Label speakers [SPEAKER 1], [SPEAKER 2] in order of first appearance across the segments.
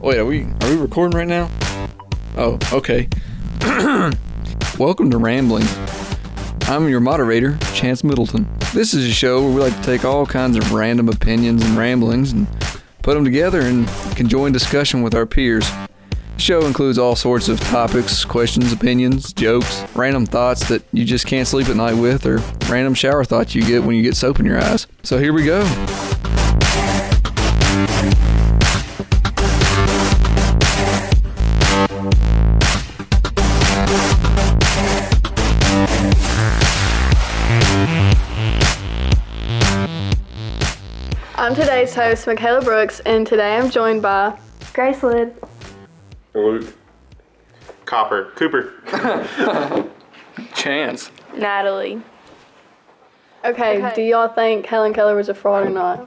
[SPEAKER 1] Wait, are we are we recording right now? Oh, okay. Welcome to Rambling. I'm your moderator, Chance Middleton. This is a show where we like to take all kinds of random opinions and ramblings and put them together and conjoin discussion with our peers. The show includes all sorts of topics, questions, opinions, jokes, random thoughts that you just can't sleep at night with, or random shower thoughts you get when you get soap in your eyes. So here we go.
[SPEAKER 2] I'm today's host, Michaela Brooks, and today I'm joined by Grace Lid.
[SPEAKER 3] Luke. Copper. Cooper.
[SPEAKER 1] Chance.
[SPEAKER 4] Natalie.
[SPEAKER 2] Okay,
[SPEAKER 4] Okay.
[SPEAKER 2] do y'all think Helen Keller was a fraud or not?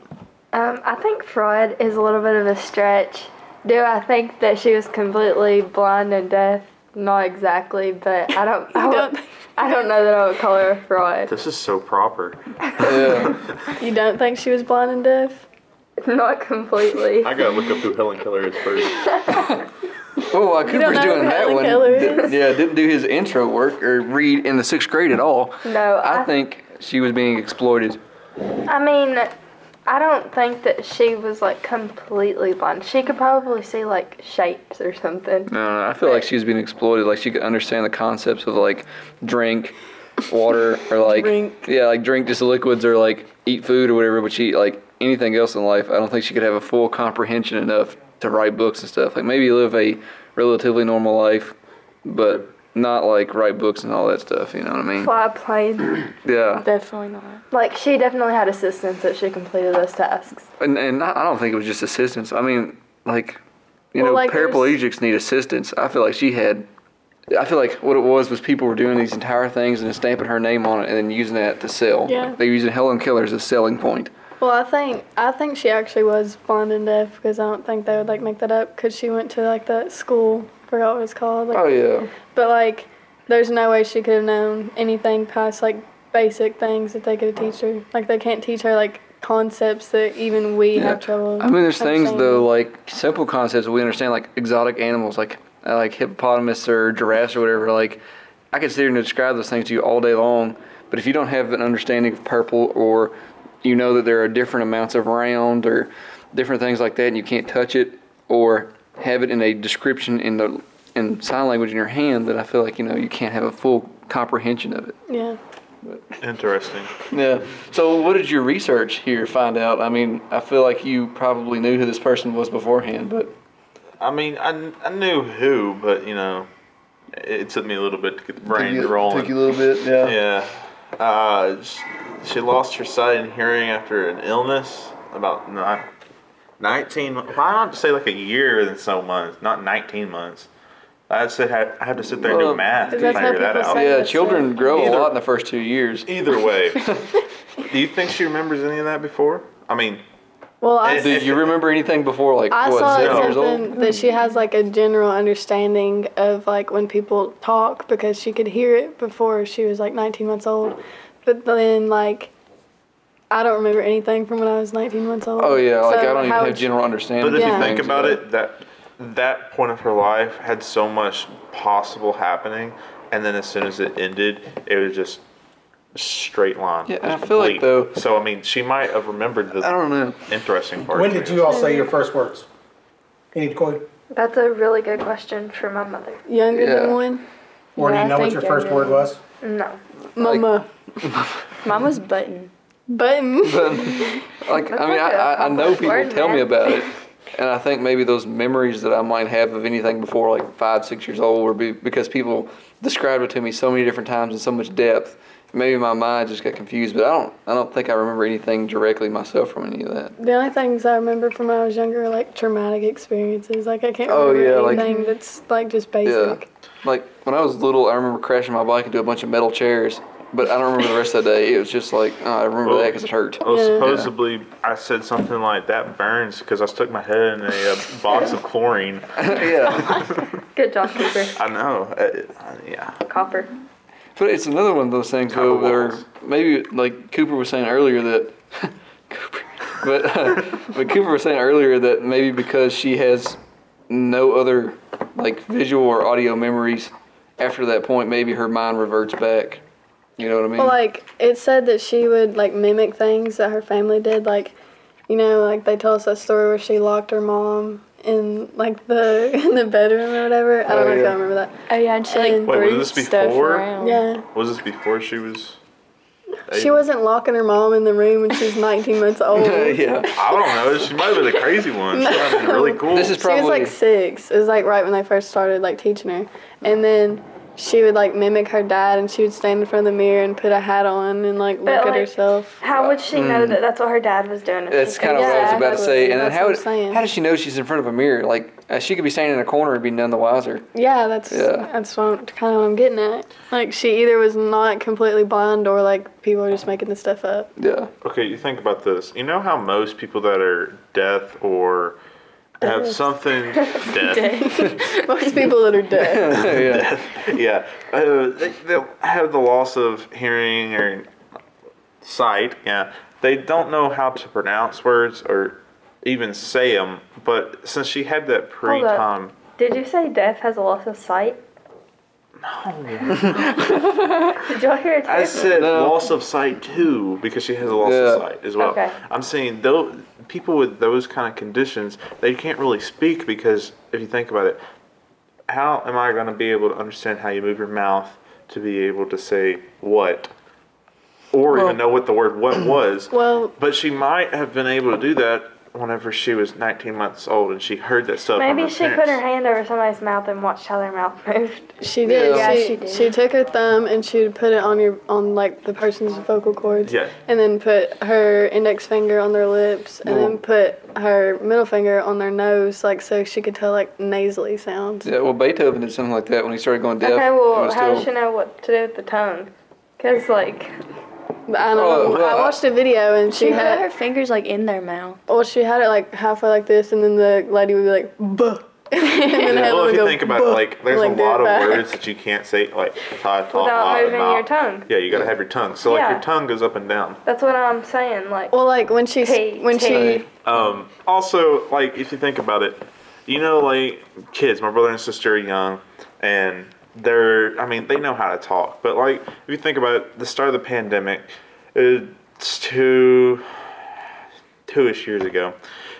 [SPEAKER 4] Um, I think fraud is a little bit of a stretch. Do I think that she was completely blind and deaf? Not exactly, but I don't. I,
[SPEAKER 2] don't
[SPEAKER 4] don't I don't know that I would call her a fraud.
[SPEAKER 3] This is so proper.
[SPEAKER 1] Yeah.
[SPEAKER 2] You don't think she was blind and deaf?
[SPEAKER 4] Not completely.
[SPEAKER 3] I gotta look up who Helen Keller is first.
[SPEAKER 1] Well, while Cooper's
[SPEAKER 2] know
[SPEAKER 1] doing
[SPEAKER 2] who
[SPEAKER 1] that
[SPEAKER 2] Helen
[SPEAKER 1] one,
[SPEAKER 2] Keller
[SPEAKER 1] di-
[SPEAKER 2] is?
[SPEAKER 1] yeah, didn't do his intro work or read in the sixth grade at all.
[SPEAKER 4] No,
[SPEAKER 1] I
[SPEAKER 4] I-
[SPEAKER 1] think she was being exploited.
[SPEAKER 4] I mean, I don't think that she was like completely blind. She could probably see like shapes or something.
[SPEAKER 1] No, no, I feel like she was being exploited. Like she could understand the concepts of like drink, water, or like
[SPEAKER 2] Drink.
[SPEAKER 1] yeah, like drink just liquids or like eat food or whatever. But she like anything else in life, I don't think she could have a full comprehension enough to write books and stuff. Like maybe live a relatively normal life, but not like write books and all that stuff. You know what I mean?
[SPEAKER 4] Fly a plane.
[SPEAKER 1] Yeah.
[SPEAKER 2] Definitely not.
[SPEAKER 4] Like she definitely had assistance that she completed those tasks.
[SPEAKER 1] And, and not, I don't think it was just assistance. I mean, like, you
[SPEAKER 2] Well,
[SPEAKER 1] know,
[SPEAKER 2] like, there's-
[SPEAKER 1] paraplegics need assistance. I feel like she had. I feel like what it was was people were doing these entire things and then stamping her name on it and then using that to sell.
[SPEAKER 2] Yeah.
[SPEAKER 1] They were using Helen Keller as a selling point.
[SPEAKER 2] Well, I think I think she actually was blind and deaf because I don't think they would like make that up because she went to like that school, forgot what it was called. Like,
[SPEAKER 1] Oh yeah.
[SPEAKER 2] But like, there's no way she could have known anything past like basic things that they could have teach her. Like they can't teach her like concepts that even we
[SPEAKER 1] Yeah.
[SPEAKER 2] have trouble.
[SPEAKER 1] I mean, there's things though
[SPEAKER 2] understanding.
[SPEAKER 1] like simple concepts we understand, like exotic animals, like uh, like hippopotamus or giraffes or whatever. Like, I could sit here and describe those things to you all day long, but if you don't have an understanding of purple or you know that there are different amounts of round or different things like that, and you can't touch it or have it in a description in the in sign language in your hand, then I feel like you know you can't have a full comprehension of it.
[SPEAKER 2] Yeah.
[SPEAKER 3] Interesting.
[SPEAKER 1] Yeah. So, what did your research here find out? I mean, I feel like you probably knew who this person was beforehand, but
[SPEAKER 3] I mean, I, kn- I knew who, but you know, it took me a little bit to get the brain
[SPEAKER 1] Took you-
[SPEAKER 3] rolling.
[SPEAKER 1] Took you a little bit, yeah.
[SPEAKER 3] yeah. Uh, sh- she lost her sight and hearing after an illness about ni- 19 mo- Why not say like a year than so months? Not 19 months. I had to, I had to sit there and
[SPEAKER 1] Well,
[SPEAKER 3] do math to
[SPEAKER 2] that's how
[SPEAKER 3] figure that
[SPEAKER 2] people
[SPEAKER 3] out.
[SPEAKER 2] say-
[SPEAKER 1] Yeah, children grow
[SPEAKER 3] Either-
[SPEAKER 1] a lot in the first two years.
[SPEAKER 3] Either way, do you think she remembers any of that before? I mean,
[SPEAKER 2] Well, I,
[SPEAKER 3] And-
[SPEAKER 2] s-
[SPEAKER 1] Did you remember anything before, like,
[SPEAKER 2] I
[SPEAKER 1] what,
[SPEAKER 2] saw
[SPEAKER 1] six
[SPEAKER 3] No.
[SPEAKER 1] years old?
[SPEAKER 2] something that she has like a general understanding of like when people talk because she could hear it before she was like 19 months old. But then like I don't remember anything from when I was 19 months old.
[SPEAKER 1] Oh, yeah, like,
[SPEAKER 2] So
[SPEAKER 1] I don't even
[SPEAKER 2] how
[SPEAKER 1] have
[SPEAKER 2] would she-
[SPEAKER 1] general understanding.
[SPEAKER 3] But if
[SPEAKER 2] Yeah.
[SPEAKER 3] you
[SPEAKER 1] of
[SPEAKER 3] think
[SPEAKER 1] things,
[SPEAKER 3] about
[SPEAKER 1] yeah.
[SPEAKER 3] it, that that point of her life had so much possible happening, and then as soon as it ended, it was just straight line.
[SPEAKER 1] Yeah, and I
[SPEAKER 3] Just
[SPEAKER 1] feel like,
[SPEAKER 3] bleep.
[SPEAKER 1] though-
[SPEAKER 3] So I mean, she might have remembered the
[SPEAKER 1] I don't know.
[SPEAKER 3] interesting part.
[SPEAKER 5] When did you all say your first words? Any Corey?
[SPEAKER 4] That's a really good question for my mother.
[SPEAKER 2] Younger
[SPEAKER 1] Yeah.
[SPEAKER 2] than one?
[SPEAKER 5] Or do
[SPEAKER 4] Yeah,
[SPEAKER 5] you
[SPEAKER 4] I
[SPEAKER 5] know what
[SPEAKER 4] think
[SPEAKER 5] your
[SPEAKER 4] I
[SPEAKER 5] first
[SPEAKER 4] know.
[SPEAKER 5] word was?
[SPEAKER 4] No.
[SPEAKER 2] Mama.
[SPEAKER 6] Mine was button.
[SPEAKER 2] Button.
[SPEAKER 1] Like, I mean, I,
[SPEAKER 4] like a
[SPEAKER 1] I, I know
[SPEAKER 4] complex
[SPEAKER 1] people
[SPEAKER 4] word,
[SPEAKER 1] tell me
[SPEAKER 4] man.
[SPEAKER 1] about it, and I think maybe those memories that I might have of anything before, like, five, six years old, were be, because people described it to me so many different times in so much depth. Maybe my mind just got confused, but I don't. I don't think I remember anything directly myself from any of that.
[SPEAKER 2] The only things I remember from when I was younger are like traumatic experiences. Like I can't
[SPEAKER 1] Oh,
[SPEAKER 2] remember
[SPEAKER 1] yeah, like-
[SPEAKER 2] anything that's like just
[SPEAKER 1] Yeah.
[SPEAKER 2] basic.
[SPEAKER 1] Like when I was little, I remember crashing my bike into a bunch of metal chairs, but I don't remember the rest of the day. It was just like oh, I remember that 'cause that because it hurt.
[SPEAKER 3] Well,
[SPEAKER 2] Yeah.
[SPEAKER 3] supposedly I said something like that burns because I stuck my head in a uh, box of chlorine.
[SPEAKER 1] yeah,
[SPEAKER 4] Good job, Cooper.
[SPEAKER 3] I know. uh, uh, yeah.
[SPEAKER 4] Copper.
[SPEAKER 1] but it's another one of those things though,
[SPEAKER 3] Kinda
[SPEAKER 1] where
[SPEAKER 3] was.
[SPEAKER 1] maybe like Cooper was saying earlier that Cooper, but but Cooper was saying earlier that maybe because she has no other like visual or audio memories after that point, maybe her mind reverts back. You know what I mean?
[SPEAKER 2] Well, like it said that she would like mimic things that her family did, like you know, like they tell us that story where she locked her mom in like the in the bedroom or whatever. I don't
[SPEAKER 1] Oh,
[SPEAKER 2] know if
[SPEAKER 1] yeah.
[SPEAKER 2] y'all remember that.
[SPEAKER 6] Oh yeah, and she like
[SPEAKER 2] And-
[SPEAKER 3] Wait, was
[SPEAKER 6] threw
[SPEAKER 3] this
[SPEAKER 6] stuff
[SPEAKER 3] before?
[SPEAKER 6] around.
[SPEAKER 2] Yeah,
[SPEAKER 3] Was this before she was?
[SPEAKER 2] she wasn't locking her mom in the room when she's 19 months old.
[SPEAKER 1] yeah.
[SPEAKER 3] I don't know. She might have been the crazy one. She might have been really cool.
[SPEAKER 1] This is
[SPEAKER 2] She was
[SPEAKER 1] probably
[SPEAKER 2] like six. It was like right when they first started like teaching her, and then she would like mimic her dad, and she would stand in front of the mirror and put a hat on and like look at
[SPEAKER 4] like,
[SPEAKER 2] herself.
[SPEAKER 4] How would she know that that's what her dad was doing? if she
[SPEAKER 1] that's kind of
[SPEAKER 4] couldn't
[SPEAKER 1] Mm. what I was about
[SPEAKER 4] say?
[SPEAKER 1] to say. And then
[SPEAKER 2] That's
[SPEAKER 1] how
[SPEAKER 2] what I'm
[SPEAKER 1] would,
[SPEAKER 2] saying.
[SPEAKER 1] how does she know she's in front of a mirror? Like uh, she could be standing in a corner and be none the wiser.
[SPEAKER 2] Yeah, that's
[SPEAKER 1] Yeah.
[SPEAKER 2] that's what I'm, kind of what I'm getting at. Like she either was not completely blind, or like people are just making this stuff up.
[SPEAKER 1] Yeah.
[SPEAKER 3] Okay, you think about this. You know how most people that are deaf or have something deaf,
[SPEAKER 2] Most people that are deaf.
[SPEAKER 1] yeah.
[SPEAKER 3] yeah, uh, they, they'll have the loss of hearing or sight. Yeah, they don't know how to pronounce words or even say them. But since she had that
[SPEAKER 4] Hold up.
[SPEAKER 3] pre-time,
[SPEAKER 4] Did you say death has a loss of sight? No. Did y'all hear it?
[SPEAKER 3] I
[SPEAKER 4] too?
[SPEAKER 3] said
[SPEAKER 1] No.
[SPEAKER 3] loss of sight too because she has a loss
[SPEAKER 1] Yeah.
[SPEAKER 3] of sight as well.
[SPEAKER 4] Okay.
[SPEAKER 3] I'm saying though people with those kind of conditions they can't really speak because if you think about it, how am I going to be able to understand how you move your mouth to be able to say what? Or even know what the word what was.
[SPEAKER 2] Well-
[SPEAKER 3] but she might have been able to do that whenever she was 19 months old and she heard that stuff. from
[SPEAKER 4] Maybe
[SPEAKER 3] her
[SPEAKER 4] she put her
[SPEAKER 3] parents.
[SPEAKER 4] hand over somebody's mouth and watched how their mouth moved.
[SPEAKER 2] She did.
[SPEAKER 1] Yeah.
[SPEAKER 4] Yeah,
[SPEAKER 2] she,
[SPEAKER 4] she did.
[SPEAKER 2] She took her thumb and she would put it on your on like the person's vocal cords.
[SPEAKER 3] Yeah.
[SPEAKER 2] And then put her index finger on their lips, and then put her middle finger on their nose, like so she could tell like nasally sounds.
[SPEAKER 1] Yeah. Well, Beethoven did something like that when he started going deaf.
[SPEAKER 4] okay,
[SPEAKER 1] It
[SPEAKER 4] well,
[SPEAKER 1] was
[SPEAKER 4] how does
[SPEAKER 1] still-
[SPEAKER 4] she know what to do with the tongue? Because, like,
[SPEAKER 2] But I don't
[SPEAKER 1] Oh,
[SPEAKER 2] know.
[SPEAKER 1] well,
[SPEAKER 2] I
[SPEAKER 1] I-
[SPEAKER 2] watched a video and she
[SPEAKER 6] She had her
[SPEAKER 2] had
[SPEAKER 6] fingers like in their mouth.
[SPEAKER 2] well she had it like halfway like this, and then the lady would be like, "Buh." and then
[SPEAKER 1] Yeah.
[SPEAKER 2] had
[SPEAKER 3] Well,
[SPEAKER 2] them
[SPEAKER 3] if you
[SPEAKER 2] go,
[SPEAKER 3] think about it,
[SPEAKER 2] "Buh,"
[SPEAKER 3] like there's
[SPEAKER 2] like,
[SPEAKER 3] a
[SPEAKER 2] do it
[SPEAKER 3] lot of
[SPEAKER 2] back.
[SPEAKER 3] words that you can't say, like ta ta
[SPEAKER 4] Without
[SPEAKER 3] la,
[SPEAKER 4] moving
[SPEAKER 3] ma.
[SPEAKER 4] your tongue.
[SPEAKER 3] Yeah, you gotta have your tongue. So like
[SPEAKER 4] Yeah.
[SPEAKER 3] your tongue goes up and down.
[SPEAKER 4] that's what I'm saying. Like,
[SPEAKER 2] Well, like when she s-
[SPEAKER 4] Hey,
[SPEAKER 2] when
[SPEAKER 4] hey.
[SPEAKER 2] she
[SPEAKER 3] Um, also, like if you think about it, you know, like kids, my brother and sister are young, and they're, I mean, they know how to talk. But like if you think about it, the start of the pandemic, it's two, two-ish years ago.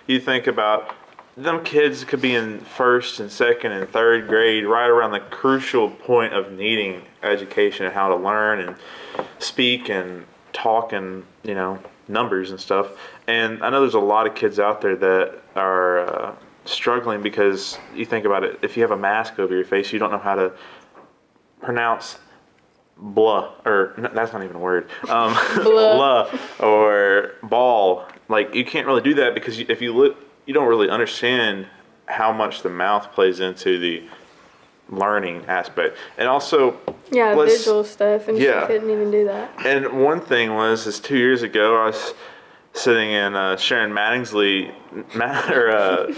[SPEAKER 3] You think about them kids could be in first and second and third grade, right around the crucial point of needing education and how to learn and speak and talk and you know numbers and stuff. And I know there's a lot of kids out there that are uh, struggling because you think about it. If you have a mask over your face, you don't know how to pronounce blah or no, that's not even a word um blah. or ball like you can't really do that because you, if you look you don't really understand how much the mouth plays into the learning aspect and also
[SPEAKER 2] yeah
[SPEAKER 3] let's-
[SPEAKER 2] visual stuff, and
[SPEAKER 3] yeah.
[SPEAKER 2] she couldn't even do that.
[SPEAKER 3] and one thing was is two years ago I was ssitting in uh, Sharon Mattingsley ma- or, uh,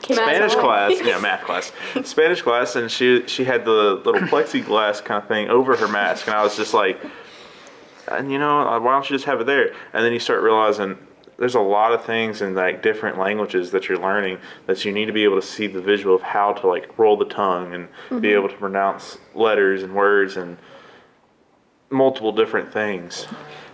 [SPEAKER 3] Spanish class, yeah, math class, Spanish class, and she she had the little plexiglass kind of thing over her mask, and I was just like, and you know, uh, why don't you just have it there? And then you start realizing there's a lot of things in like different languages that you're learning that you need to be able to see the visual of how to like roll the tongue and be able to pronounce letters and words and multiple different things.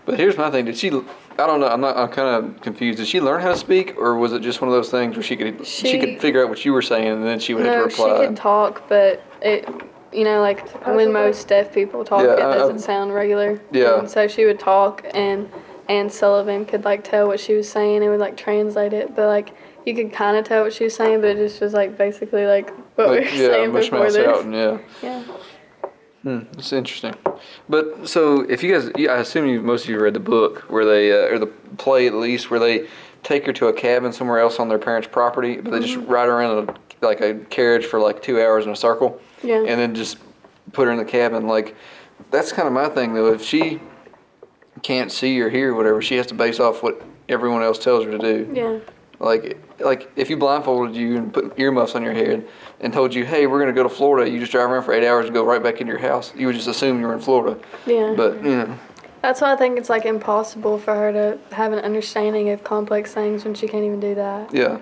[SPEAKER 1] But here's my thing. Did she? I don't know. I'm not. I'm kind of confused. Did she learn how to speak, or was it just one of those things where she could she,
[SPEAKER 2] She-
[SPEAKER 1] could figure out what you were saying, and then she would have to
[SPEAKER 2] No, she
[SPEAKER 1] reply?
[SPEAKER 2] could talk, but it you know like
[SPEAKER 4] Supposedly.
[SPEAKER 2] when most deaf people talk,
[SPEAKER 1] Yeah,
[SPEAKER 2] it
[SPEAKER 1] I- I-
[SPEAKER 2] doesn't sound regular.
[SPEAKER 1] Yeah.
[SPEAKER 2] And so she would talk, and and Sullivan could like tell what she was saying and would like translate it, but like. You could kind of tell what she was saying, but it just was like basically like what we were
[SPEAKER 1] But, yeah,
[SPEAKER 2] saying before
[SPEAKER 1] mushmouths
[SPEAKER 2] this.
[SPEAKER 1] out, and yeah.
[SPEAKER 2] Yeah.
[SPEAKER 1] It's interesting, but so if you guys, you- I assume you most of you read the book where they uh, or the play at least where they take her to a cabin somewhere else on their parents' property, but they just
[SPEAKER 2] Mm-hmm.
[SPEAKER 1] ride around in a, like a carriage for like two hours in a circle,
[SPEAKER 2] Yeah.
[SPEAKER 1] and then just put her in the cabin. Like that's kind of my thing though. If she can't see or hear whatever, she has to base off what everyone else tells her to do.
[SPEAKER 2] Yeah.
[SPEAKER 1] Like, like if you blindfolded you and put earmuffs on your head and told you, "Hey, we're gonna go to Florida," you just drive around for eight hours and go right back into your house. You would just assume you were in Florida.
[SPEAKER 2] Yeah.
[SPEAKER 1] But you know,
[SPEAKER 2] That's why I think it's like impossible for her to have an understanding of complex things when she can't even do that.
[SPEAKER 1] yeah.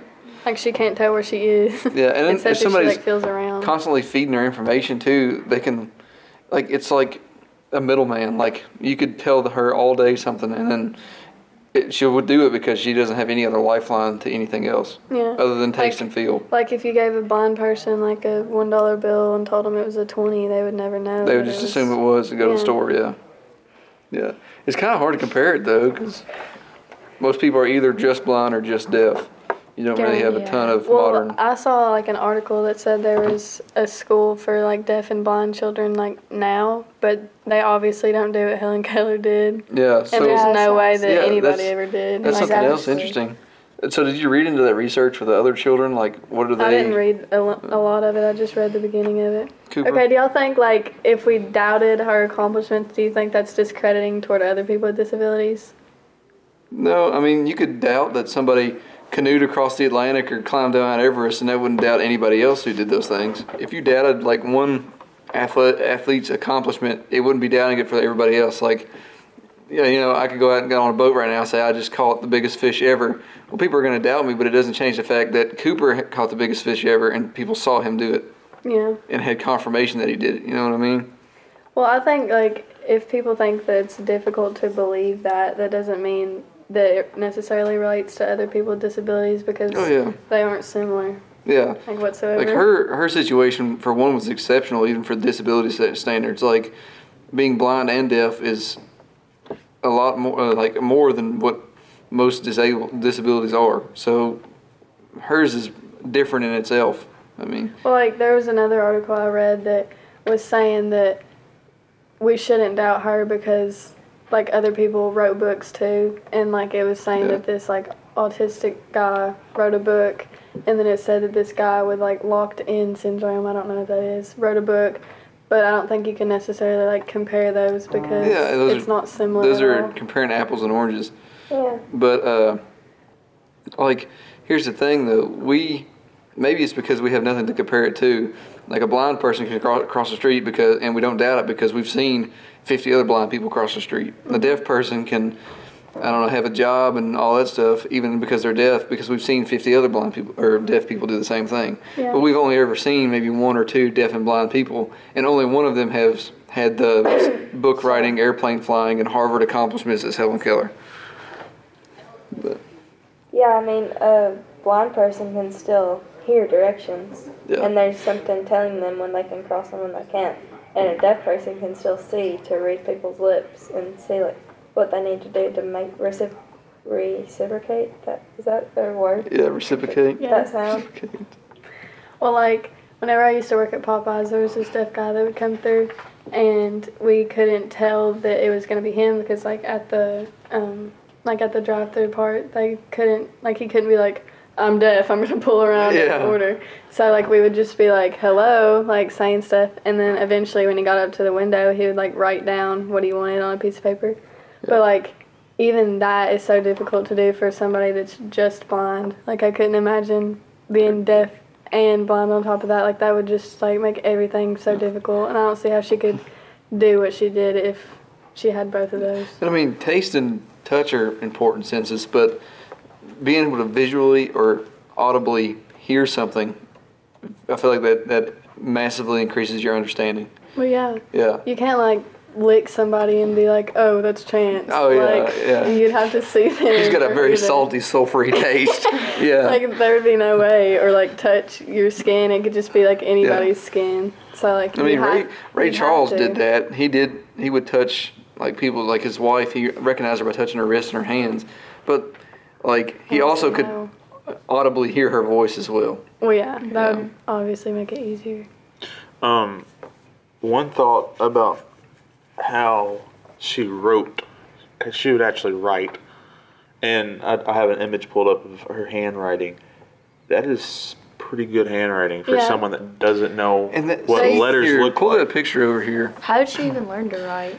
[SPEAKER 2] Like she can't tell where she is.
[SPEAKER 1] Yeah, and then if
[SPEAKER 2] Except if she
[SPEAKER 1] somebody's
[SPEAKER 2] like feels around.
[SPEAKER 1] constantly feeding her information too, they can, like, it's like a middleman. Like, you could tell her all day something, and then it, she would do it because she doesn't have any other lifeline to anything else
[SPEAKER 2] Yeah.
[SPEAKER 1] other than taste
[SPEAKER 2] Like-
[SPEAKER 1] and feel.
[SPEAKER 2] like if you gave a blind person like a one dollar bill and told them it was a twenty, they would never know.
[SPEAKER 1] They would
[SPEAKER 2] that
[SPEAKER 1] just
[SPEAKER 2] was-
[SPEAKER 1] assume it was and go to the
[SPEAKER 2] oh, yeah.
[SPEAKER 1] store. Yeah, yeah. It's kind of hard to compare it though, because most people are either just blind or just deaf. You don't really
[SPEAKER 6] Yeah,
[SPEAKER 1] have a
[SPEAKER 6] yeah.
[SPEAKER 1] ton of
[SPEAKER 2] Well,
[SPEAKER 1] modern.
[SPEAKER 2] I saw like an article that said there was a school for like deaf and blind children like now, but they obviously don't do what Helen Keller did,
[SPEAKER 1] Yeah. So
[SPEAKER 2] and there's
[SPEAKER 6] Yeah,
[SPEAKER 2] no way that
[SPEAKER 1] Yeah,
[SPEAKER 2] anybody
[SPEAKER 1] that's-
[SPEAKER 2] ever did.
[SPEAKER 1] That's
[SPEAKER 2] Like,
[SPEAKER 1] something
[SPEAKER 2] I-
[SPEAKER 1] else
[SPEAKER 6] obviously.
[SPEAKER 1] interesting. And So did you read into that research with the other children? Like, what are they?
[SPEAKER 2] I didn't read a, lo- a lot of it. I just read the beginning of it.
[SPEAKER 1] Cooper?
[SPEAKER 2] Okay, do y'all think like if we doubted her accomplishments, do you think that's discrediting toward other people with disabilities?
[SPEAKER 1] No, I mean you could doubt that somebody canoed across the Atlantic or climbed down Everest, and that wouldn't doubt anybody else who did those things. If you doubted like one athlete, athlete's accomplishment, it wouldn't be doubting it for everybody else. Like, yeah, you know, I could go out and get on a boat right now and say I just caught the biggest fish ever. Well, people are going to doubt me, but it doesn't change the fact that Cooper caught the biggest fish ever, and people saw him do it
[SPEAKER 2] Yeah.
[SPEAKER 1] and had confirmation that he did it. You know what I mean?
[SPEAKER 2] Well, I think like if people think that it's difficult to believe that, that doesn't mean that it necessarily relates to other people with disabilities because
[SPEAKER 1] Oh, yeah.
[SPEAKER 2] they aren't similar
[SPEAKER 1] Yeah.
[SPEAKER 2] like whatsoever.
[SPEAKER 1] Like her, her situation for one was exceptional, even for disability sta- standards. Like being blind and deaf is a lot more, uh, like more than what most disabled disabilities are. So hers is different in itself. I mean,
[SPEAKER 2] Well, like there was another article I read that was saying that we shouldn't doubt her because like other people wrote books too, and like it was saying
[SPEAKER 1] Yeah.
[SPEAKER 2] that this like autistic guy wrote a book, and then it said that this guy with like locked in syndrome, I don't know what that is, wrote a book, but I don't think you can necessarily like compare those because
[SPEAKER 1] Yeah, those
[SPEAKER 2] it's
[SPEAKER 1] are-
[SPEAKER 2] not similar.
[SPEAKER 1] those
[SPEAKER 2] at
[SPEAKER 1] are
[SPEAKER 2] all.
[SPEAKER 1] comparing apples and oranges.
[SPEAKER 2] yeah.
[SPEAKER 1] But uh, like, here's the thing though. We maybe it's because we have nothing to compare it to. Like a blind person can cross, cross the street because, and we don't doubt it because we've seen 50 other blind people cross the street. The deaf person can, I don't know, have a job and all that stuff, even because they're deaf, because we've seen 50 other blind people or deaf people do the same thing.
[SPEAKER 2] Yeah.
[SPEAKER 1] But we've only ever seen maybe one or two deaf and blind people, and only one of them has had the book writing, airplane flying, and Harvard accomplishments as Helen Keller.
[SPEAKER 6] Yeah, I mean, a blind person can still hear directions,
[SPEAKER 1] Yeah.
[SPEAKER 6] and there's something telling them when they can cross and when they can't. And a deaf person can still see to read people's lips and see like what they need to do to make recipro- reciprocate. That is that a word?
[SPEAKER 1] Yeah, reciprocate.
[SPEAKER 6] That sound.
[SPEAKER 1] Reciprocate.
[SPEAKER 2] Well, like whenever I used to work at Popeyes, there was this deaf guy that would come through, and we couldn't tell that it was gonna be him because like at the um like at the drive-through part, they couldn't like he couldn't be like I'm deaf. I'm gonna pull around
[SPEAKER 1] Yeah.
[SPEAKER 2] and order. So like we would just be like hello, like saying stuff, and then eventually when he got up to the window, he would like write down what he wanted on a piece of paper. But like even that is so difficult to do for somebody that's just blind. Like I couldn't imagine being deaf and blind on top of that. Like that would just like make everything so difficult. And I don't see how she could do what she did if she had both of those.
[SPEAKER 1] And I mean, taste and touch are important senses, but being able to visually or audibly hear something, I feel like that, that massively increases your understanding.
[SPEAKER 2] Well, yeah,
[SPEAKER 1] Yeah.
[SPEAKER 2] you can't like lick somebody and be like, oh, that's chance.
[SPEAKER 1] Oh, yeah,
[SPEAKER 2] like,
[SPEAKER 1] yeah.
[SPEAKER 2] You'd have to see them.
[SPEAKER 1] He's got a
[SPEAKER 2] or
[SPEAKER 1] very
[SPEAKER 2] either.
[SPEAKER 1] salty, sulfury taste. Yeah.
[SPEAKER 2] Like there would be no way, or like touch your skin. It could just be like anybody's skin. So like
[SPEAKER 1] I
[SPEAKER 2] you
[SPEAKER 1] mean, Ray,
[SPEAKER 2] have-
[SPEAKER 1] Ray
[SPEAKER 2] you have
[SPEAKER 1] Charles
[SPEAKER 2] to.
[SPEAKER 1] did that. He did. He would touch like people, like his wife. He recognized her by touching her wrists and her hands. But like he
[SPEAKER 2] Oh,
[SPEAKER 1] also could
[SPEAKER 2] wow.
[SPEAKER 1] audibly hear her voice as well.
[SPEAKER 2] Well, yeah, that would obviously make it easier.
[SPEAKER 3] Um, one thought about how she wrote, 'cause she would actually write, and I, I have an image pulled up of her handwriting. That is pretty good handwriting for
[SPEAKER 2] Yeah.
[SPEAKER 3] someone that doesn't know
[SPEAKER 1] And that,
[SPEAKER 3] what
[SPEAKER 1] so you-
[SPEAKER 3] letters
[SPEAKER 1] here,
[SPEAKER 3] look
[SPEAKER 1] pull
[SPEAKER 3] like.
[SPEAKER 1] that picture over here.
[SPEAKER 6] How did she even learn to write?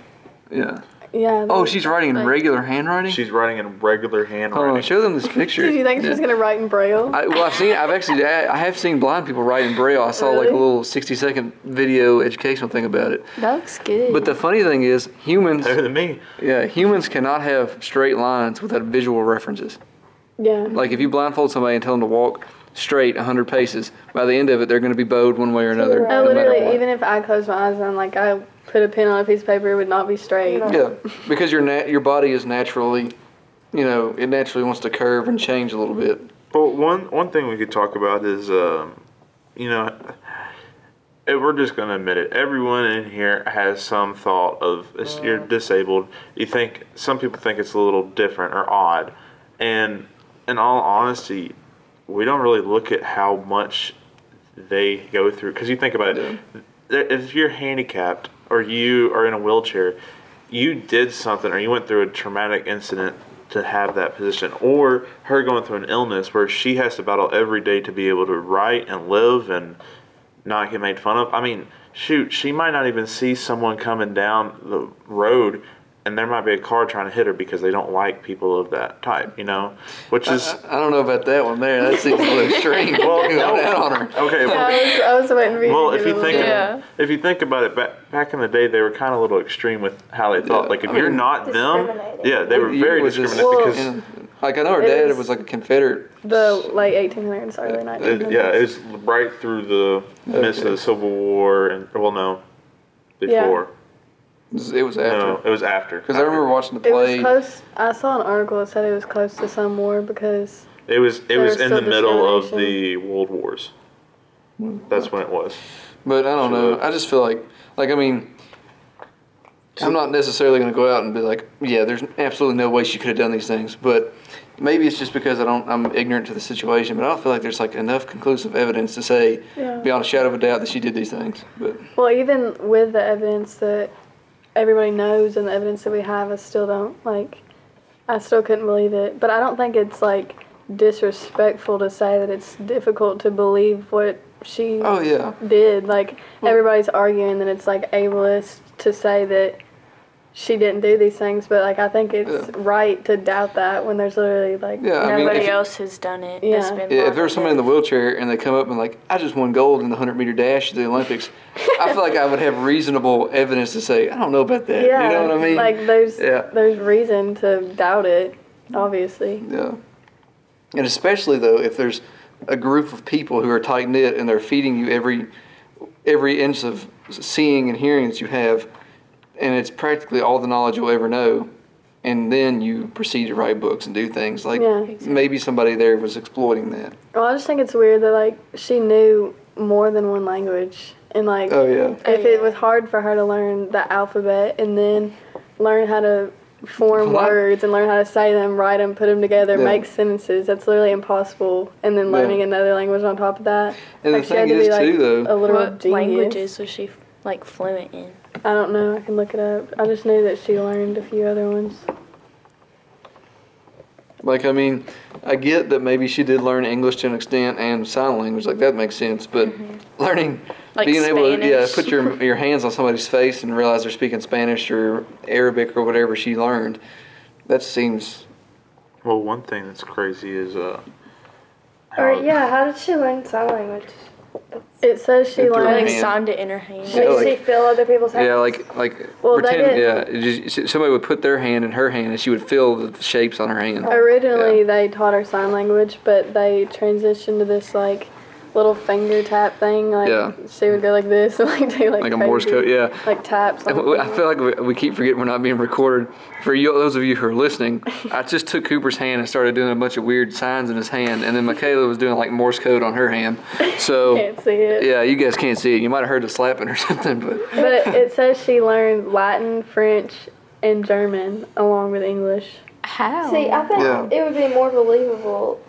[SPEAKER 1] Yeah.
[SPEAKER 2] Yeah.
[SPEAKER 1] Oh,
[SPEAKER 2] that-
[SPEAKER 1] she's writing in
[SPEAKER 2] like-
[SPEAKER 1] regular handwriting.
[SPEAKER 3] She's writing in regular
[SPEAKER 1] Hold
[SPEAKER 3] handwriting.
[SPEAKER 1] on, show them this picture.
[SPEAKER 2] Did you think she's gonna write in braille?
[SPEAKER 1] I, well, I've seen. I've actually. I I have seen blind people write in braille. I saw like a
[SPEAKER 2] Really?
[SPEAKER 1] little sixty-second video educational thing about it.
[SPEAKER 6] That looks good.
[SPEAKER 1] But the funny thing is, humans.
[SPEAKER 3] Better than me.
[SPEAKER 1] Yeah, humans cannot have straight lines without visual references.
[SPEAKER 2] Yeah.
[SPEAKER 1] Like if you blindfold somebody and tell them to walk straight 100 paces, by the end of it they're going to be bowed one way or another.
[SPEAKER 2] I
[SPEAKER 1] no matter
[SPEAKER 2] Oh, literally,
[SPEAKER 1] what.
[SPEAKER 2] even if I closed my eyes and like I put a pen on a piece of paper, it would not be straight.
[SPEAKER 6] No.
[SPEAKER 1] Yeah, because your nat- your body is naturally, you know, it naturally wants to curve and change a little bit.
[SPEAKER 3] But one one thing we could talk about is, um, you know, if we're just gonna admit it. Everyone in here has some thought of it's- you're disabled. You think some people think it's a little different or odd, and in all honesty, we don't really look at how much they go through. Because you think about it, there- if you're handicapped or you are in a wheelchair, you did something or you went through a traumatic incident to have that position, or her going through an illness where she has to battle every day to be able to write and live and not get made fun of. I mean, shoot, she might not even see someone coming down the road. And there might be a car trying to hit her because they don't like people of that type, you know, which is
[SPEAKER 1] I don't know about that one there. That seems a little extreme.
[SPEAKER 3] Uh, Well,
[SPEAKER 1] Going
[SPEAKER 3] no.
[SPEAKER 1] down on her.
[SPEAKER 3] okay. well-
[SPEAKER 2] I was, I was waiting for you.
[SPEAKER 3] Well,
[SPEAKER 2] to
[SPEAKER 3] if
[SPEAKER 2] give
[SPEAKER 3] you
[SPEAKER 2] a
[SPEAKER 3] think
[SPEAKER 2] little-
[SPEAKER 4] Yeah.
[SPEAKER 3] about, if you think about it, back back in the day, they were kind of a little extreme with how they thought.
[SPEAKER 1] Yeah,
[SPEAKER 3] Like if
[SPEAKER 1] I
[SPEAKER 3] you're
[SPEAKER 1] mean-
[SPEAKER 3] not them,
[SPEAKER 6] Discriminating.
[SPEAKER 3] yeah, they were
[SPEAKER 1] You
[SPEAKER 3] very
[SPEAKER 1] were just-
[SPEAKER 3] discriminatory because
[SPEAKER 1] yeah. like I know her
[SPEAKER 2] It
[SPEAKER 1] dad
[SPEAKER 2] is-
[SPEAKER 1] was like a Confederate.
[SPEAKER 2] the late 1800s,
[SPEAKER 1] Uh,
[SPEAKER 2] early 1900s.
[SPEAKER 3] it, yeah, it was right through the midst of the Civil War and well, no,
[SPEAKER 2] Yeah.
[SPEAKER 3] before.
[SPEAKER 1] It was
[SPEAKER 3] No,
[SPEAKER 1] after
[SPEAKER 3] it was after.
[SPEAKER 1] because I remember watching the
[SPEAKER 2] It was
[SPEAKER 1] play.
[SPEAKER 2] close. I saw an article that said it was close to some war because
[SPEAKER 3] It was it
[SPEAKER 2] There
[SPEAKER 3] was
[SPEAKER 2] was
[SPEAKER 3] in
[SPEAKER 2] still
[SPEAKER 3] the middle of the World Wars. That's when it was.
[SPEAKER 1] But I don't know. I just feel like, like I mean, I'm not necessarily going to go out and be like, yeah, there's absolutely no way she could have done these things. But maybe it's just because I don't, I'm ignorant to the situation. But I don't feel like there's like enough conclusive evidence to say,
[SPEAKER 2] Yeah.
[SPEAKER 1] beyond a shadow of a doubt, that she did these things. But
[SPEAKER 2] well, even with the evidence that everybody knows and the evidence that we have, I still don't like. I still couldn't believe it, but I don't think it's like disrespectful to say that it's difficult to believe what she
[SPEAKER 1] oh Mm. yeah,
[SPEAKER 2] did. Like everybody's arguing that it's like ableist to say that she didn't do these things, but like I think it's
[SPEAKER 1] Yeah.
[SPEAKER 2] right to doubt that when there's literally like
[SPEAKER 1] yeah. I mean,
[SPEAKER 7] Nobody
[SPEAKER 1] if,
[SPEAKER 7] else has done it.
[SPEAKER 2] Yeah.
[SPEAKER 7] It's been
[SPEAKER 1] yeah, if
[SPEAKER 7] like
[SPEAKER 1] there was somebody in the
[SPEAKER 7] this.
[SPEAKER 1] wheelchair and they come up and like, I just won gold in the 100 meter dash at the Olympics, I feel like I would have reasonable evidence to say, I don't know about that.
[SPEAKER 2] Yeah,
[SPEAKER 1] you know what I mean?
[SPEAKER 2] Like there's
[SPEAKER 1] Yeah.
[SPEAKER 2] there's reason to doubt it, obviously.
[SPEAKER 1] Yeah. And especially though, if there's a group of people who are tight knit and they're feeding you every every inch of seeing and hearing that you have, and it's practically all the knowledge you'll ever know, and then you proceed to write books and do things like
[SPEAKER 2] Yeah.
[SPEAKER 1] maybe somebody there was exploiting that.
[SPEAKER 2] Well, I just think it's weird that like she knew more than one language, and like
[SPEAKER 1] Oh yeah.
[SPEAKER 2] if
[SPEAKER 4] Oh,
[SPEAKER 2] it
[SPEAKER 4] yeah.
[SPEAKER 2] was hard for her to learn the alphabet and then learn how to form
[SPEAKER 1] Well, I-
[SPEAKER 2] words and learn how to say them, write them, put them together,
[SPEAKER 1] Yeah.
[SPEAKER 2] make sentences, that's literally impossible. And then
[SPEAKER 1] Yeah.
[SPEAKER 2] learning another language on top of that.
[SPEAKER 1] And the
[SPEAKER 2] Like, she had
[SPEAKER 1] thing
[SPEAKER 2] to be,
[SPEAKER 1] is
[SPEAKER 2] like, oh.
[SPEAKER 1] too though,
[SPEAKER 2] a literal
[SPEAKER 7] What
[SPEAKER 2] genius.
[SPEAKER 7] languages was she like fluent in?
[SPEAKER 2] I don't know. I can look it up. I just knew that she learned a few other ones.
[SPEAKER 1] like I mean, I get that maybe she did learn English to an extent and sign language, like that makes sense, but
[SPEAKER 2] Mm-hmm.
[SPEAKER 1] learning
[SPEAKER 7] Like
[SPEAKER 1] being able to yeah
[SPEAKER 7] Spanish.
[SPEAKER 1] put your your hands on somebody's face and realize they're speaking Spanish or Arabic or whatever she learned. That seems
[SPEAKER 3] Well, one thing that's crazy is uh.
[SPEAKER 6] Or
[SPEAKER 3] how-
[SPEAKER 6] yeah, how did she learn sign language?
[SPEAKER 2] It says she
[SPEAKER 1] Good for her.
[SPEAKER 2] learned
[SPEAKER 7] Like
[SPEAKER 1] hand.
[SPEAKER 7] sonda in her hand.
[SPEAKER 1] Yeah,
[SPEAKER 6] Did
[SPEAKER 1] like-
[SPEAKER 6] she feel other people's hands?
[SPEAKER 1] yeah like like
[SPEAKER 2] Well, they
[SPEAKER 1] pretend yeah
[SPEAKER 2] didn't-
[SPEAKER 1] it just- somebody would put their hand in her hand and she would feel the shapes on her hand.
[SPEAKER 2] Originally,
[SPEAKER 1] Oh, Yeah.
[SPEAKER 2] they taught her sign language, but they transitioned to this like little finger tap thing. Like
[SPEAKER 1] Yeah.
[SPEAKER 2] she would go like this and like do like
[SPEAKER 1] Like a Morse
[SPEAKER 2] crazy,
[SPEAKER 1] code, yeah.
[SPEAKER 2] like taps. on the
[SPEAKER 1] I
[SPEAKER 2] finger.
[SPEAKER 1] feel like we- we keep forgetting we're not being recorded. For you, those of you who are listening, I just took Cooper's hand and started doing a bunch of weird signs in his hand, and then Michaela was doing like Morse code on her hand. So
[SPEAKER 2] Can't see it.
[SPEAKER 1] yeah, you guys can't see it. You might have heard the slapping or something, but
[SPEAKER 2] But it says she learned Latin, French, and German along with English.
[SPEAKER 7] How?
[SPEAKER 6] See, I think
[SPEAKER 1] Yeah.
[SPEAKER 6] it would be more believable.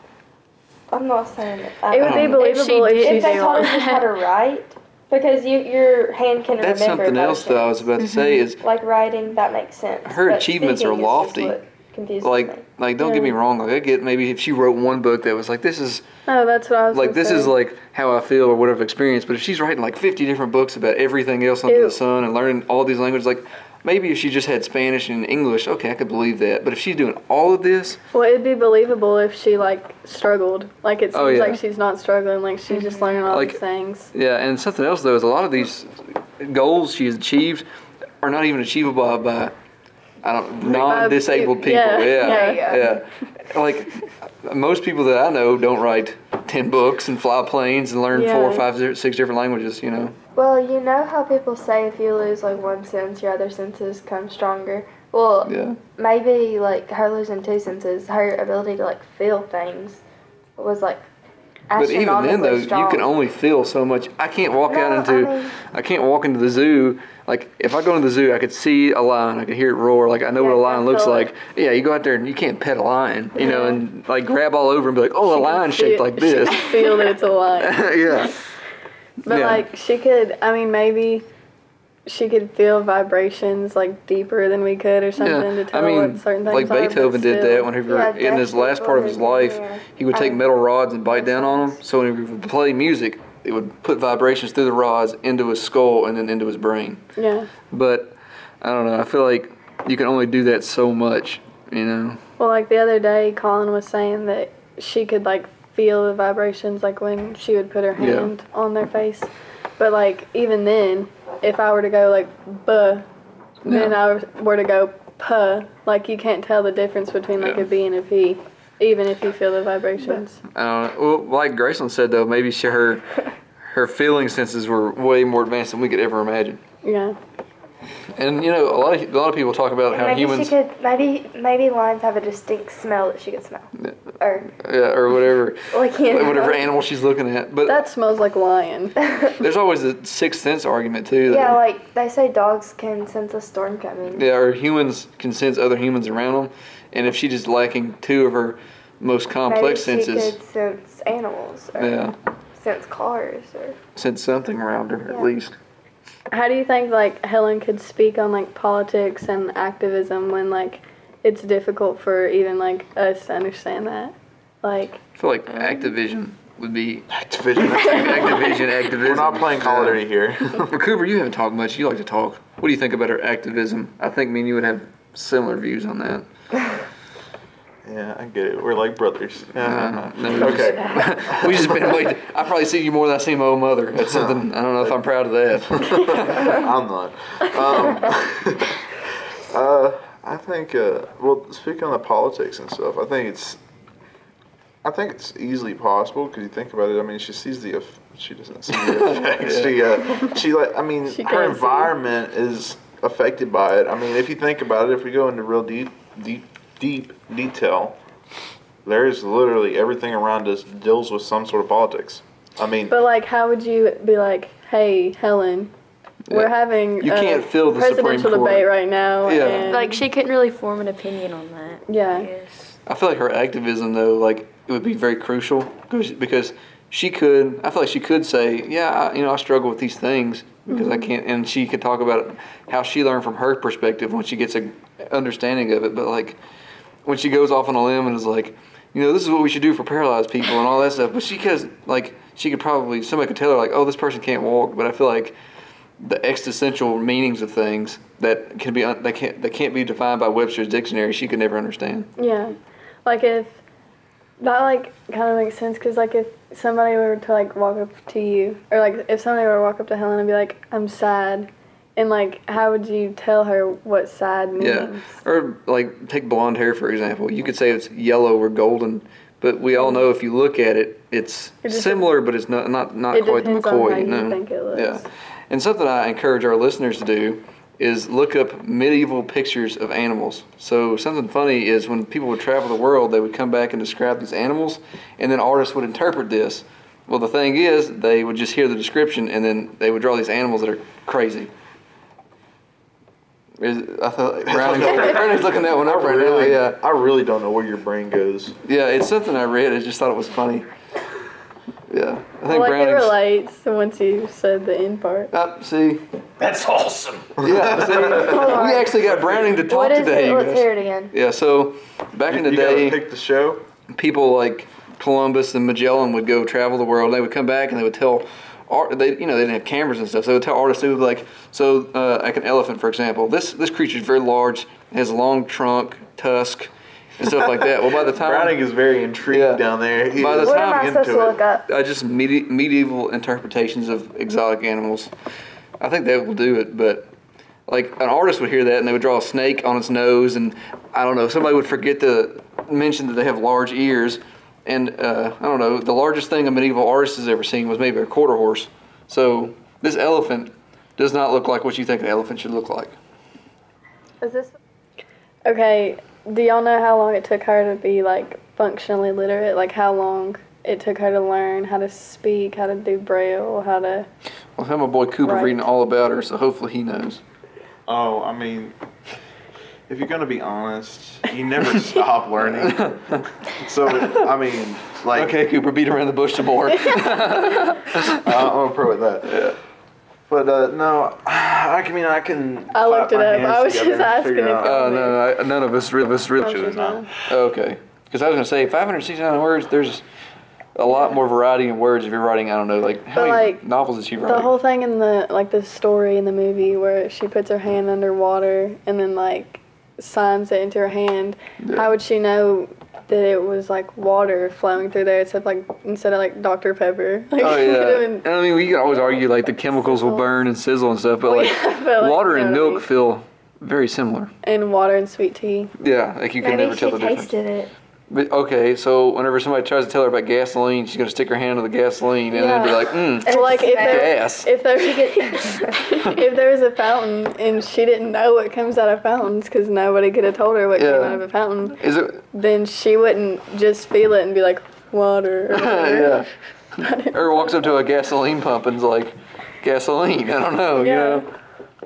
[SPEAKER 6] I'm not saying that. I
[SPEAKER 2] It would be
[SPEAKER 1] Um,
[SPEAKER 2] believable
[SPEAKER 7] If she
[SPEAKER 2] if she,
[SPEAKER 7] did-
[SPEAKER 6] if they
[SPEAKER 2] knew
[SPEAKER 6] taught
[SPEAKER 2] all-
[SPEAKER 6] us just how to write, because you your hand can
[SPEAKER 1] that's
[SPEAKER 6] remember.
[SPEAKER 1] something
[SPEAKER 6] those
[SPEAKER 1] else that I was
[SPEAKER 6] things.
[SPEAKER 1] about to say is
[SPEAKER 6] Like writing, that makes sense.
[SPEAKER 1] Her
[SPEAKER 6] but
[SPEAKER 1] achievements are
[SPEAKER 6] speaking is just
[SPEAKER 1] lofty.
[SPEAKER 6] what confuses me.
[SPEAKER 1] like like don't get me
[SPEAKER 2] Yeah.
[SPEAKER 1] wrong. Like I get maybe if she wrote one book that was like this is
[SPEAKER 2] No, Oh, that's what I was
[SPEAKER 1] like
[SPEAKER 2] gonna
[SPEAKER 1] this is
[SPEAKER 2] say.
[SPEAKER 1] like how I feel or what I've experienced. But if she's writing like 50 different books about everything else under
[SPEAKER 2] Ew.
[SPEAKER 1] the sun and learning all these languages, like maybe if she just had Spanish and English, okay, I could believe that. But if she's doing all of this,
[SPEAKER 2] Well, it'd be believable if she like struggled. Like it seems
[SPEAKER 1] Oh, yeah.
[SPEAKER 2] like she's not struggling. Like she's just learning all
[SPEAKER 1] Like-
[SPEAKER 2] these things.
[SPEAKER 1] yeah. And something else though is a lot of these goals she has achieved are not even achievable by, by I don't non-disabled people.
[SPEAKER 2] yeah,
[SPEAKER 1] Yeah,
[SPEAKER 2] yeah,
[SPEAKER 1] yeah. Like most people that I know don't write ten books and fly planes and learn four or
[SPEAKER 2] Yeah.
[SPEAKER 1] five, di- six different languages. You know,
[SPEAKER 4] Well, you know how people say if you lose like one sense, your other senses come stronger. Well,
[SPEAKER 1] yeah.
[SPEAKER 4] maybe like her losing two senses, her ability to like feel things was like
[SPEAKER 1] But even then, though, you can only feel so much. I can't walk out
[SPEAKER 4] No,
[SPEAKER 1] into,
[SPEAKER 4] I mean-
[SPEAKER 1] I can't walk into the zoo. Like if I go into the zoo, I could see a lion, I could hear it roar. Like I know
[SPEAKER 4] Yeah,
[SPEAKER 1] what a
[SPEAKER 4] you
[SPEAKER 1] lion
[SPEAKER 4] can
[SPEAKER 1] looks
[SPEAKER 4] feel it.
[SPEAKER 1] like. Yeah, you go out there and you can't pet a lion, you know, and like grab all over and be like, oh, a lion
[SPEAKER 2] She-
[SPEAKER 1] shaped like
[SPEAKER 2] she
[SPEAKER 1] this.
[SPEAKER 2] can feel that it's a lie.
[SPEAKER 1] yeah,
[SPEAKER 2] But
[SPEAKER 1] Yeah.
[SPEAKER 2] like she could, I mean, maybe she could feel vibrations like deeper than we could or something to
[SPEAKER 1] yeah. I
[SPEAKER 2] tell
[SPEAKER 1] mean,
[SPEAKER 2] what certain things
[SPEAKER 1] like
[SPEAKER 2] are, but
[SPEAKER 1] Beethoven did
[SPEAKER 2] still.
[SPEAKER 1] that whenever
[SPEAKER 4] Yeah,
[SPEAKER 1] in his
[SPEAKER 4] deaf
[SPEAKER 1] last part of his
[SPEAKER 4] people
[SPEAKER 1] life,
[SPEAKER 4] are-
[SPEAKER 1] he would take
[SPEAKER 4] um,
[SPEAKER 1] metal rods and bite down on them. So whenever he would play music, it would put vibrations through the rods into his skull and then into his brain.
[SPEAKER 2] Yeah.
[SPEAKER 1] But I don't know. I feel like you can only do that so much, you know.
[SPEAKER 2] Well, like the other day, Colin was saying that she could like feel the vibrations, like when she would put her
[SPEAKER 1] Yeah.
[SPEAKER 2] hand on their face. But like even then, if I were to go like buh, then
[SPEAKER 1] Yeah.
[SPEAKER 2] I were to go puh, like you can't tell the difference between like
[SPEAKER 1] Yeah.
[SPEAKER 2] a B and a P, even if you feel the vibrations.
[SPEAKER 1] I don't know. Well, like Graceland said though, maybe she, her her feeling senses were way more advanced than we could ever imagine.
[SPEAKER 2] Yeah.
[SPEAKER 1] And you know, a lot of a lot of people talk about how
[SPEAKER 4] maybe
[SPEAKER 1] humans,
[SPEAKER 4] she could maybe maybe lions have a distinct smell that she could smell, or
[SPEAKER 1] yeah, or whatever,
[SPEAKER 4] like you know,
[SPEAKER 1] whatever animal she's looking at. But
[SPEAKER 2] That smells like lion.
[SPEAKER 1] there's always a sixth sense argument too. that-
[SPEAKER 4] Yeah, like they say dogs can sense a storm coming.
[SPEAKER 1] yeah, or humans can sense other humans around them, and if she's just lacking two of her most
[SPEAKER 4] Maybe
[SPEAKER 1] complex
[SPEAKER 4] she
[SPEAKER 1] senses,
[SPEAKER 4] could sense animals or
[SPEAKER 1] yeah,
[SPEAKER 4] sense cars or
[SPEAKER 1] sense something around her at
[SPEAKER 4] Yeah.
[SPEAKER 1] least.
[SPEAKER 2] How do you think like Helen could speak on like politics and activism when like it's difficult for even like us to understand that? Like
[SPEAKER 1] I feel
[SPEAKER 4] Mm-hmm.
[SPEAKER 1] like Activision would be
[SPEAKER 3] Activision.
[SPEAKER 1] Activision, activism.
[SPEAKER 3] We're not playing Call of Duty here.
[SPEAKER 1] Well, Cooper, you haven't talked much. You like to talk. What do you think about her activism? I think me and you would have similar views on that.
[SPEAKER 3] yeah, I get it. We're like brothers. Uh-huh.
[SPEAKER 1] Uh, no, we
[SPEAKER 3] okay.
[SPEAKER 1] just- we just been waiting. I probably see you more than I see my own mother. That's something. I don't know if I'm proud of that.
[SPEAKER 3] I'm not. Um, uh, I think. Uh, well, speaking on the politics and stuff, I think it's. I think it's easily possible because you think about it. I mean, she sees the. eff- She doesn't see the effects. She. Uh, she like. I mean,
[SPEAKER 2] She
[SPEAKER 3] her
[SPEAKER 2] can't see.
[SPEAKER 3] environment is affected by it. I mean, if you think about it, if we go into real deep, deep, deep detail, there is literally everything around us deals with some sort of politics. I mean,
[SPEAKER 2] But like, how would you be like, hey, Helen,
[SPEAKER 1] Yeah.
[SPEAKER 2] we're having
[SPEAKER 1] You
[SPEAKER 2] a
[SPEAKER 1] can't fill the Supreme
[SPEAKER 2] presidential
[SPEAKER 1] Court.
[SPEAKER 2] debate right now.
[SPEAKER 1] Yeah.
[SPEAKER 2] and-
[SPEAKER 7] Like she couldn't really form an opinion on that.
[SPEAKER 2] Yeah.
[SPEAKER 7] Yes.
[SPEAKER 1] I feel like her activism, though, like it would be very crucial 'cause- because she could. I feel like she could say, "Yeah, I, you know, I struggle with these things because I can't," and she could talk about how she learned from her perspective when she gets a understanding of it. But like when she goes off on a limb and is like, you know, this is what we should do for paralyzed people and all that stuff. But she could, like, she could probably somebody could tell her like, "Oh, this person can't walk," but I feel like the existential meanings of things that can be un- that can't that can't be defined by Webster's dictionary. She could never understand.
[SPEAKER 2] yeah, like if that like kind of makes sense because like if somebody were to like walk up to you or like if somebody were to walk up to Helen and be like, I'm sad, and like, how would you tell her what sad means?
[SPEAKER 1] Yeah, or like take blonde hair for example. You could say it's yellow or golden, but we all know if you look at it, it's
[SPEAKER 2] It just-
[SPEAKER 1] similar, but it's not not not
[SPEAKER 2] It
[SPEAKER 1] quite the
[SPEAKER 2] depends on
[SPEAKER 1] McCoy.
[SPEAKER 2] how you
[SPEAKER 1] no.
[SPEAKER 2] think it looks.
[SPEAKER 1] Yeah, and something I encourage our listeners to do is look up medieval pictures of animals. So something funny is when people would travel the world, they would come back and describe these animals, and then artists would interpret this. Well, the thing is, they would just hear the description, and then they would draw these animals that are crazy. Is, I thought Brownie's, Brownie's looking that one up right now.
[SPEAKER 3] really,
[SPEAKER 1] Yeah,
[SPEAKER 3] I really don't know where your brain goes.
[SPEAKER 1] yeah, it's something I read. I just thought it was funny. Yeah, I think
[SPEAKER 2] Well, like it
[SPEAKER 1] Browning's.
[SPEAKER 2] relates once you said the end part.
[SPEAKER 1] Up, Oh, see,
[SPEAKER 5] That's awesome.
[SPEAKER 1] yeah, see, we actually got Browning to talk
[SPEAKER 4] What is
[SPEAKER 1] today.
[SPEAKER 4] it?
[SPEAKER 1] you
[SPEAKER 4] Let's
[SPEAKER 1] guys.
[SPEAKER 4] hear it again.
[SPEAKER 1] Yeah, so back in the
[SPEAKER 3] you
[SPEAKER 1] day,
[SPEAKER 3] gotta pick the show.
[SPEAKER 1] people like Columbus and Magellan would go travel the world. They would come back and they would tell art. They you know they didn't have cameras and stuff. So they would tell artists they would be like so uh, like an elephant for example. This this creature is very large, has a long trunk, tusk, and stuff like that. Well, by the time
[SPEAKER 3] Browning is very intrigued
[SPEAKER 1] Yeah.
[SPEAKER 3] down there. He
[SPEAKER 1] um, By the
[SPEAKER 3] is
[SPEAKER 4] What am I
[SPEAKER 1] I'm
[SPEAKER 4] supposed to look up?
[SPEAKER 1] uh, just medi- medieval interpretations of exotic animals. I think that will do it, but like an artist would hear that and they would draw a snake on its nose, and I don't know, somebody would forget to mention that they have large ears, And uh, I don't know, the largest thing a medieval artist has ever seen was maybe a quarter horse. So this elephant does not look like what you think an elephant should look like.
[SPEAKER 4] Is this
[SPEAKER 2] Okay, do y'all know how long it took her to be like functionally literate? Like how long it took her to learn how to speak, how to do braille, how to
[SPEAKER 1] Well, I have my boy Cooper
[SPEAKER 2] Right.
[SPEAKER 1] reading all about her, so hopefully he knows.
[SPEAKER 3] Oh, I mean, if you're gonna be honest, you never stop learning. So I mean, like,
[SPEAKER 1] Okay, Cooper, beat around the bush some more. Uh,
[SPEAKER 3] I- I'm a pro at that. Yeah. But uh, no, I can- I mean I can.
[SPEAKER 2] I looked
[SPEAKER 3] clap
[SPEAKER 2] it
[SPEAKER 3] my
[SPEAKER 2] up.
[SPEAKER 3] hands
[SPEAKER 2] I was
[SPEAKER 3] together
[SPEAKER 2] just
[SPEAKER 3] and
[SPEAKER 2] asking
[SPEAKER 3] figure
[SPEAKER 2] if
[SPEAKER 3] out-
[SPEAKER 2] y'all-
[SPEAKER 1] Uh, no, no, I, none of us, re- of us really.
[SPEAKER 3] Should have known.
[SPEAKER 1] Okay, because I was gonna say 569 words. There's a lot more variety in words if you're writing. I don't know, like how
[SPEAKER 2] But,
[SPEAKER 1] many
[SPEAKER 2] like,
[SPEAKER 1] novels did she write?
[SPEAKER 2] The whole thing in the like the story in the movie where she puts her hand underwater and then like signs it into her hand. How would she know that it was like water flowing through there instead of like instead of like Dr Pepper? Like,
[SPEAKER 1] Oh
[SPEAKER 2] it would've
[SPEAKER 1] yeah,
[SPEAKER 2] been-
[SPEAKER 1] and I mean we could always argue like the chemicals will
[SPEAKER 2] Sizzle.
[SPEAKER 1] burn and sizzle and stuff, but like
[SPEAKER 2] but, like,
[SPEAKER 1] water
[SPEAKER 2] you
[SPEAKER 1] and
[SPEAKER 2] know what I
[SPEAKER 1] milk
[SPEAKER 2] mean.
[SPEAKER 1] feel very similar.
[SPEAKER 2] and water and sweet tea.
[SPEAKER 1] Yeah, like you can
[SPEAKER 7] Maybe
[SPEAKER 1] never
[SPEAKER 7] she
[SPEAKER 1] tell the difference.
[SPEAKER 7] tasted it.
[SPEAKER 1] But, okay, so whenever somebody tries to tell her about gasoline, she's gonna stick her hand in the gasoline and then be
[SPEAKER 2] Yeah.
[SPEAKER 1] like, mm,
[SPEAKER 2] Well, like if there,
[SPEAKER 1] gas.
[SPEAKER 2] if there if there was a fountain and she didn't know what comes out of fountains because nobody could have told her what
[SPEAKER 1] Yeah.
[SPEAKER 2] came out of a fountain,
[SPEAKER 1] Is it?
[SPEAKER 2] then she wouldn't just feel it and be like water. Or whatever.
[SPEAKER 1] yeah. Er, or walks up to a gasoline pump and's like, gasoline. I don't know.
[SPEAKER 2] Yeah.
[SPEAKER 1] You know.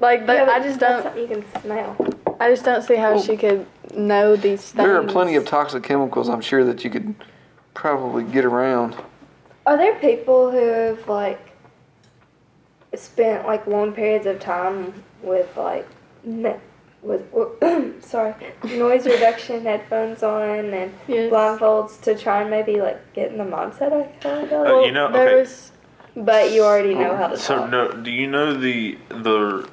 [SPEAKER 2] Like, but
[SPEAKER 6] Yeah, but
[SPEAKER 2] I just
[SPEAKER 6] that's
[SPEAKER 2] don't.
[SPEAKER 6] something you can smell.
[SPEAKER 2] I just don't see how she could know these things.
[SPEAKER 1] Oh. There are plenty of toxic chemicals, I'm sure, that you could probably get around.
[SPEAKER 6] Are there people who have like spent like long periods of time with like ne- with sorry noise reduction headphones on and
[SPEAKER 2] Yes.
[SPEAKER 6] blindfolds to try and maybe like get in the mindset I kind of
[SPEAKER 3] Uh,
[SPEAKER 6] like
[SPEAKER 3] you know,
[SPEAKER 2] there
[SPEAKER 3] okay.
[SPEAKER 2] was
[SPEAKER 6] but you already know how to
[SPEAKER 3] So
[SPEAKER 6] talk.
[SPEAKER 3] no, do you know the the?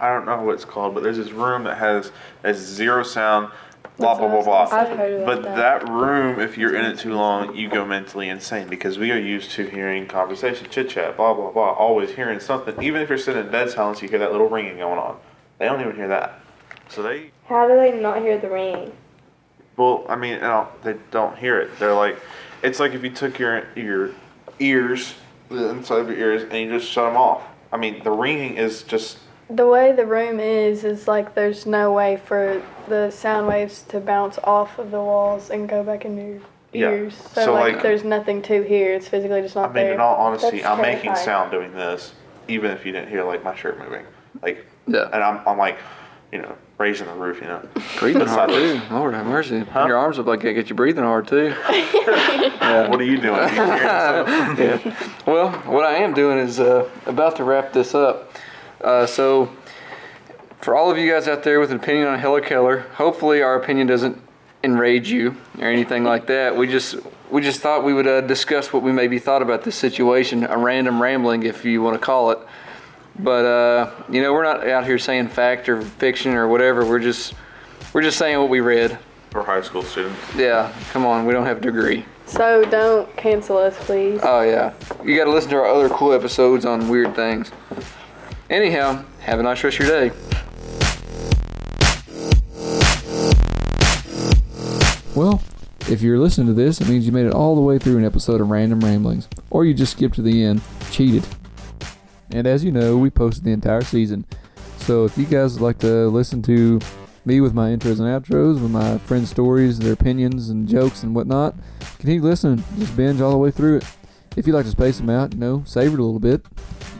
[SPEAKER 3] I don't know what it's called, but there's this room that has has zero sound. Blah blah blah blah.
[SPEAKER 2] I've heard about
[SPEAKER 3] but that room, if you're in it too long, you go mentally insane because we are used to hearing conversation, chit chat, blah blah blah, always hearing something. Even if you're sitting in dead silence, you hear that little ringing going on. They don't even hear that. So they,
[SPEAKER 6] How do they not hear the ring?
[SPEAKER 3] well, I mean, I don't, they don't hear it. They're like, it's like if you took your your ears, the inside of your ears, and you just shut them off. I mean, the ringing is just
[SPEAKER 2] the way the room is is like there's no way for the sound waves to bounce off of the walls and go back in your
[SPEAKER 3] Yeah.
[SPEAKER 2] ears. So,
[SPEAKER 3] So,
[SPEAKER 2] like,
[SPEAKER 3] like-
[SPEAKER 2] there's nothing to hear. It's physically just
[SPEAKER 3] I
[SPEAKER 2] not
[SPEAKER 3] mean,
[SPEAKER 2] there.
[SPEAKER 3] in all honesty,
[SPEAKER 6] That's
[SPEAKER 3] I'm making
[SPEAKER 6] terrifying.
[SPEAKER 3] sound doing this, even if you didn't hear like my shirt moving, like,
[SPEAKER 1] Yeah.
[SPEAKER 3] and I'm, I'm like, you know, raising the roof, you know.
[SPEAKER 1] Breathing hard, too.
[SPEAKER 3] Sideways.
[SPEAKER 1] Lord have mercy. Your arms look like it get you breathing hard, too. yeah.
[SPEAKER 3] What are you doing? You hearing stuff?
[SPEAKER 1] yeah. Well, what I am doing is uh, about to wrap this up. Uh, so, for all of you guys out there with an opinion on Hella Keller, hopefully our opinion doesn't enrage you or anything like that. We just we just thought we would uh, discuss what we maybe thought about this situation, a random rambling, if you want to call it. But uh, you know, we're not out here saying fact or fiction or whatever. We're just we're just saying what we read.
[SPEAKER 3] We're high school students.
[SPEAKER 1] Yeah, come on, we don't have a degree.
[SPEAKER 2] so don't cancel us, please.
[SPEAKER 1] Oh yeah, you got to listen to our other cool episodes on weird things. Anyhow, have a nice rest of your day.
[SPEAKER 8] Well, if you're listening to this, it means you made it all the way through an episode of Random Ramblings, or you just skipped to the end, cheated. And as you know, we posted the entire season. So if you guys would like to listen to me with my intros and outros, with my friends' stories, their opinions and jokes and whatnot, continue listening. Just binge all the way through it. If you'd like to space them out, you know, savor it a little bit,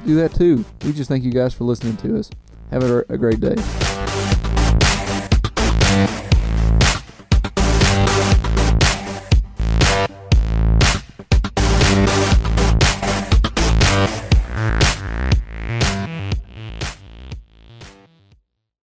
[SPEAKER 8] do that too. We just thank you guys for listening to us. Have a, a great day.